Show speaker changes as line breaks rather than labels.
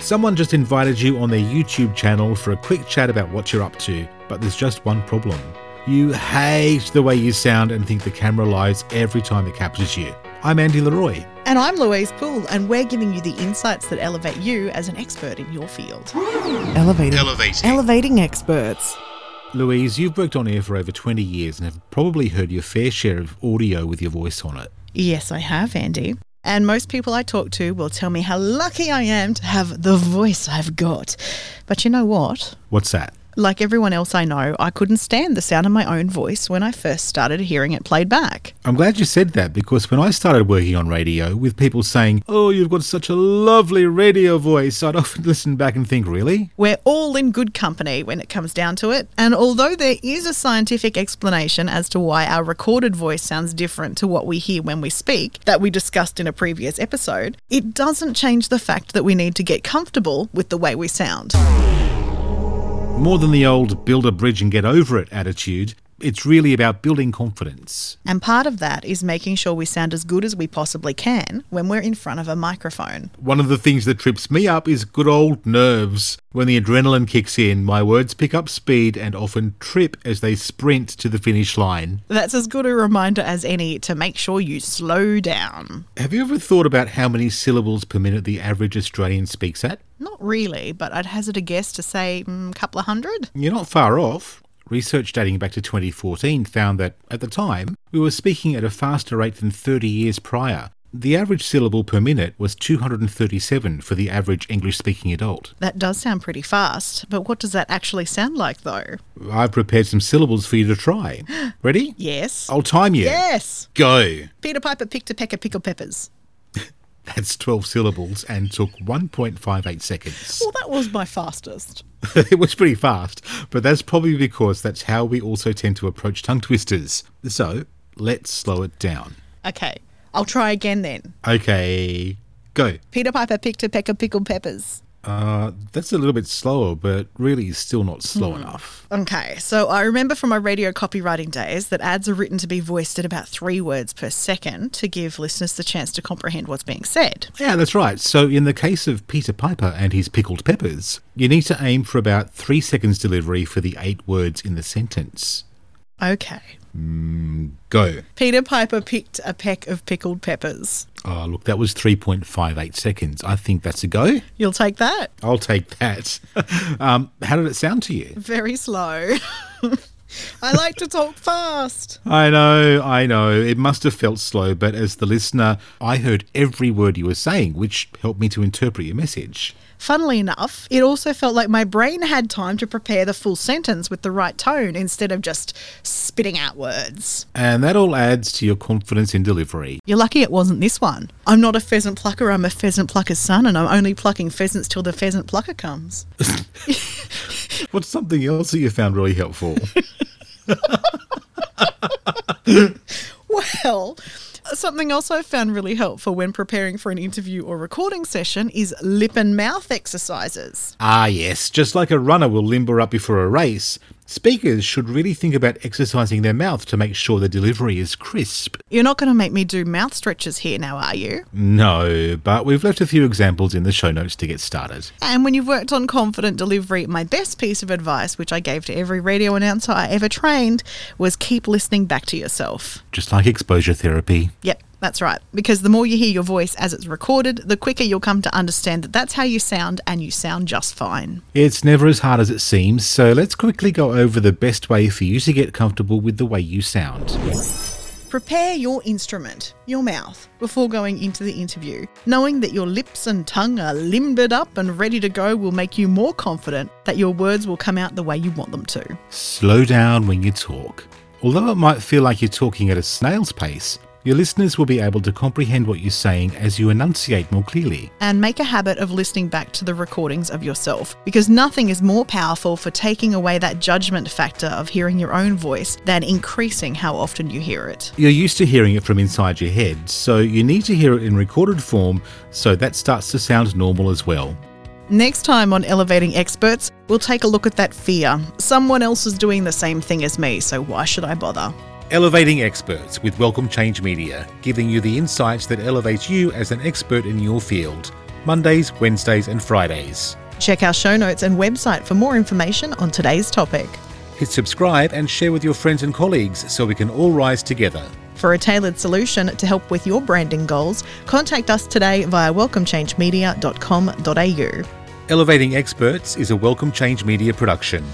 Someone just invited you on their YouTube channel for a quick chat about what you're up to, but there's just one problem. You hate the way you sound and think the camera lies every time it captures you. I'm Andy Leroy.
And I'm Louise Poole, and we're giving you the insights that elevate you as an expert in your field.
Elevating.
Elevating.
Elevating experts.
Louise, you've worked on air for over 20 years and have probably heard your fair share of audio with your voice on it.
Yes, I have, Andy. And most people I talk to will tell me how lucky I am to have the voice I've got. But you know what?
What's that?
Like everyone else I know, I couldn't stand the sound of my own voice when I first started hearing it played back.
I'm glad you said that because when I started working on radio, with people saying, Oh, you've got such a lovely radio voice, I'd often listen back and think, Really?
We're all in good company when it comes down to it. And although there is a scientific explanation as to why our recorded voice sounds different to what we hear when we speak, that we discussed in a previous episode, it doesn't change the fact that we need to get comfortable with the way we sound.
More than the old build a bridge and get over it attitude, it's really about building confidence.
And part of that is making sure we sound as good as we possibly can when we're in front of a microphone.
One of the things that trips me up is good old nerves. When the adrenaline kicks in, my words pick up speed and often trip as they sprint to the finish line.
That's as good a reminder as any to make sure you slow down.
Have you ever thought about how many syllables per minute the average Australian speaks at?
Not really, but I'd hazard a guess to say a couple of hundred.
You're not far off. Research dating back to 2014 found that, at the time, we were speaking at a faster rate than 30 years prior. The average syllable per minute was 237 for the average English speaking adult.
That does sound pretty fast, but what does that actually sound like though?
I've prepared some syllables for you to try. Ready?
Yes.
I'll time you.
Yes.
Go.
Peter Piper picked a peck of pickled peppers.
That's 12 syllables and took 1.58 seconds.
Well, that was my fastest.
it was pretty fast, but that's probably because that's how we also tend to approach tongue twisters. So let's slow it down.
Okay. I'll try again then.
Okay, go.
Peter Piper picked a peck of pickled peppers.
Uh, that's a little bit slower, but really is still not slow enough.
Okay, so I remember from my radio copywriting days that ads are written to be voiced at about three words per second to give listeners the chance to comprehend what's being said.
Yeah, that's right. So, in the case of Peter Piper and his pickled peppers, you need to aim for about three seconds delivery for the eight words in the sentence.
Okay.
Go.
Peter Piper picked a peck of pickled peppers.
Oh, look, that was 3.58 seconds. I think that's a go.
You'll take that?
I'll take that. um, how did it sound to you?
Very slow. I like to talk fast.
I know, I know. It must have felt slow, but as the listener, I heard every word you were saying, which helped me to interpret your message.
Funnily enough, it also felt like my brain had time to prepare the full sentence with the right tone instead of just spitting out words.
And that all adds to your confidence in delivery.
You're lucky it wasn't this one. I'm not a pheasant plucker, I'm a pheasant plucker's son, and I'm only plucking pheasants till the pheasant plucker comes.
What's something else that you found really helpful?
Well, something else I found really helpful when preparing for an interview or recording session is lip and mouth exercises.
ah, yes, just like a runner will limber up before a race, speakers should really think about exercising their mouth to make sure the delivery is crisp.
You're not going to make me do mouth stretches here now, are you?
No, but we've left a few examples in the show notes to get started.
And when you've worked on confident delivery, my best piece of advice, which I gave to every radio announcer I ever trained, was keep listening back to yourself.
Just like exposure therapy.
Yep, that's right. Because the more you hear your voice as it's recorded, the quicker you'll come to understand that that's how you sound and you sound just fine.
It's never as hard as it seems, so let's quickly go over the best way for you to get comfortable with the way you sound.
Prepare your instrument, your mouth, before going into the interview. Knowing that your lips and tongue are limbered up and ready to go will make you more confident that your words will come out the way you want them to.
Slow down when you talk. Although it might feel like you're talking at a snail's pace, your listeners will be able to comprehend what you're saying as you enunciate more clearly.
and make a habit of listening back to the recordings of yourself because nothing is more powerful for taking away that judgment factor of hearing your own voice than increasing how often you hear it.
You're used to hearing it from inside your head, so you need to hear it in recorded form so that starts to sound normal as well.
Next time on Elevating Experts, we'll take a look at that fear. Someone else is doing the same thing as me, so why should I bother?
Elevating Experts with Welcome Change Media, giving you the insights that elevate you as an expert in your field. Mondays, Wednesdays, and Fridays.
Check our show notes and website for more information on today's topic.
Hit subscribe and share with your friends and colleagues so we can all rise together.
For a tailored solution to help with your branding goals, contact us today via welcomechangemedia.com.au.
Elevating Experts is a Welcome Change Media production.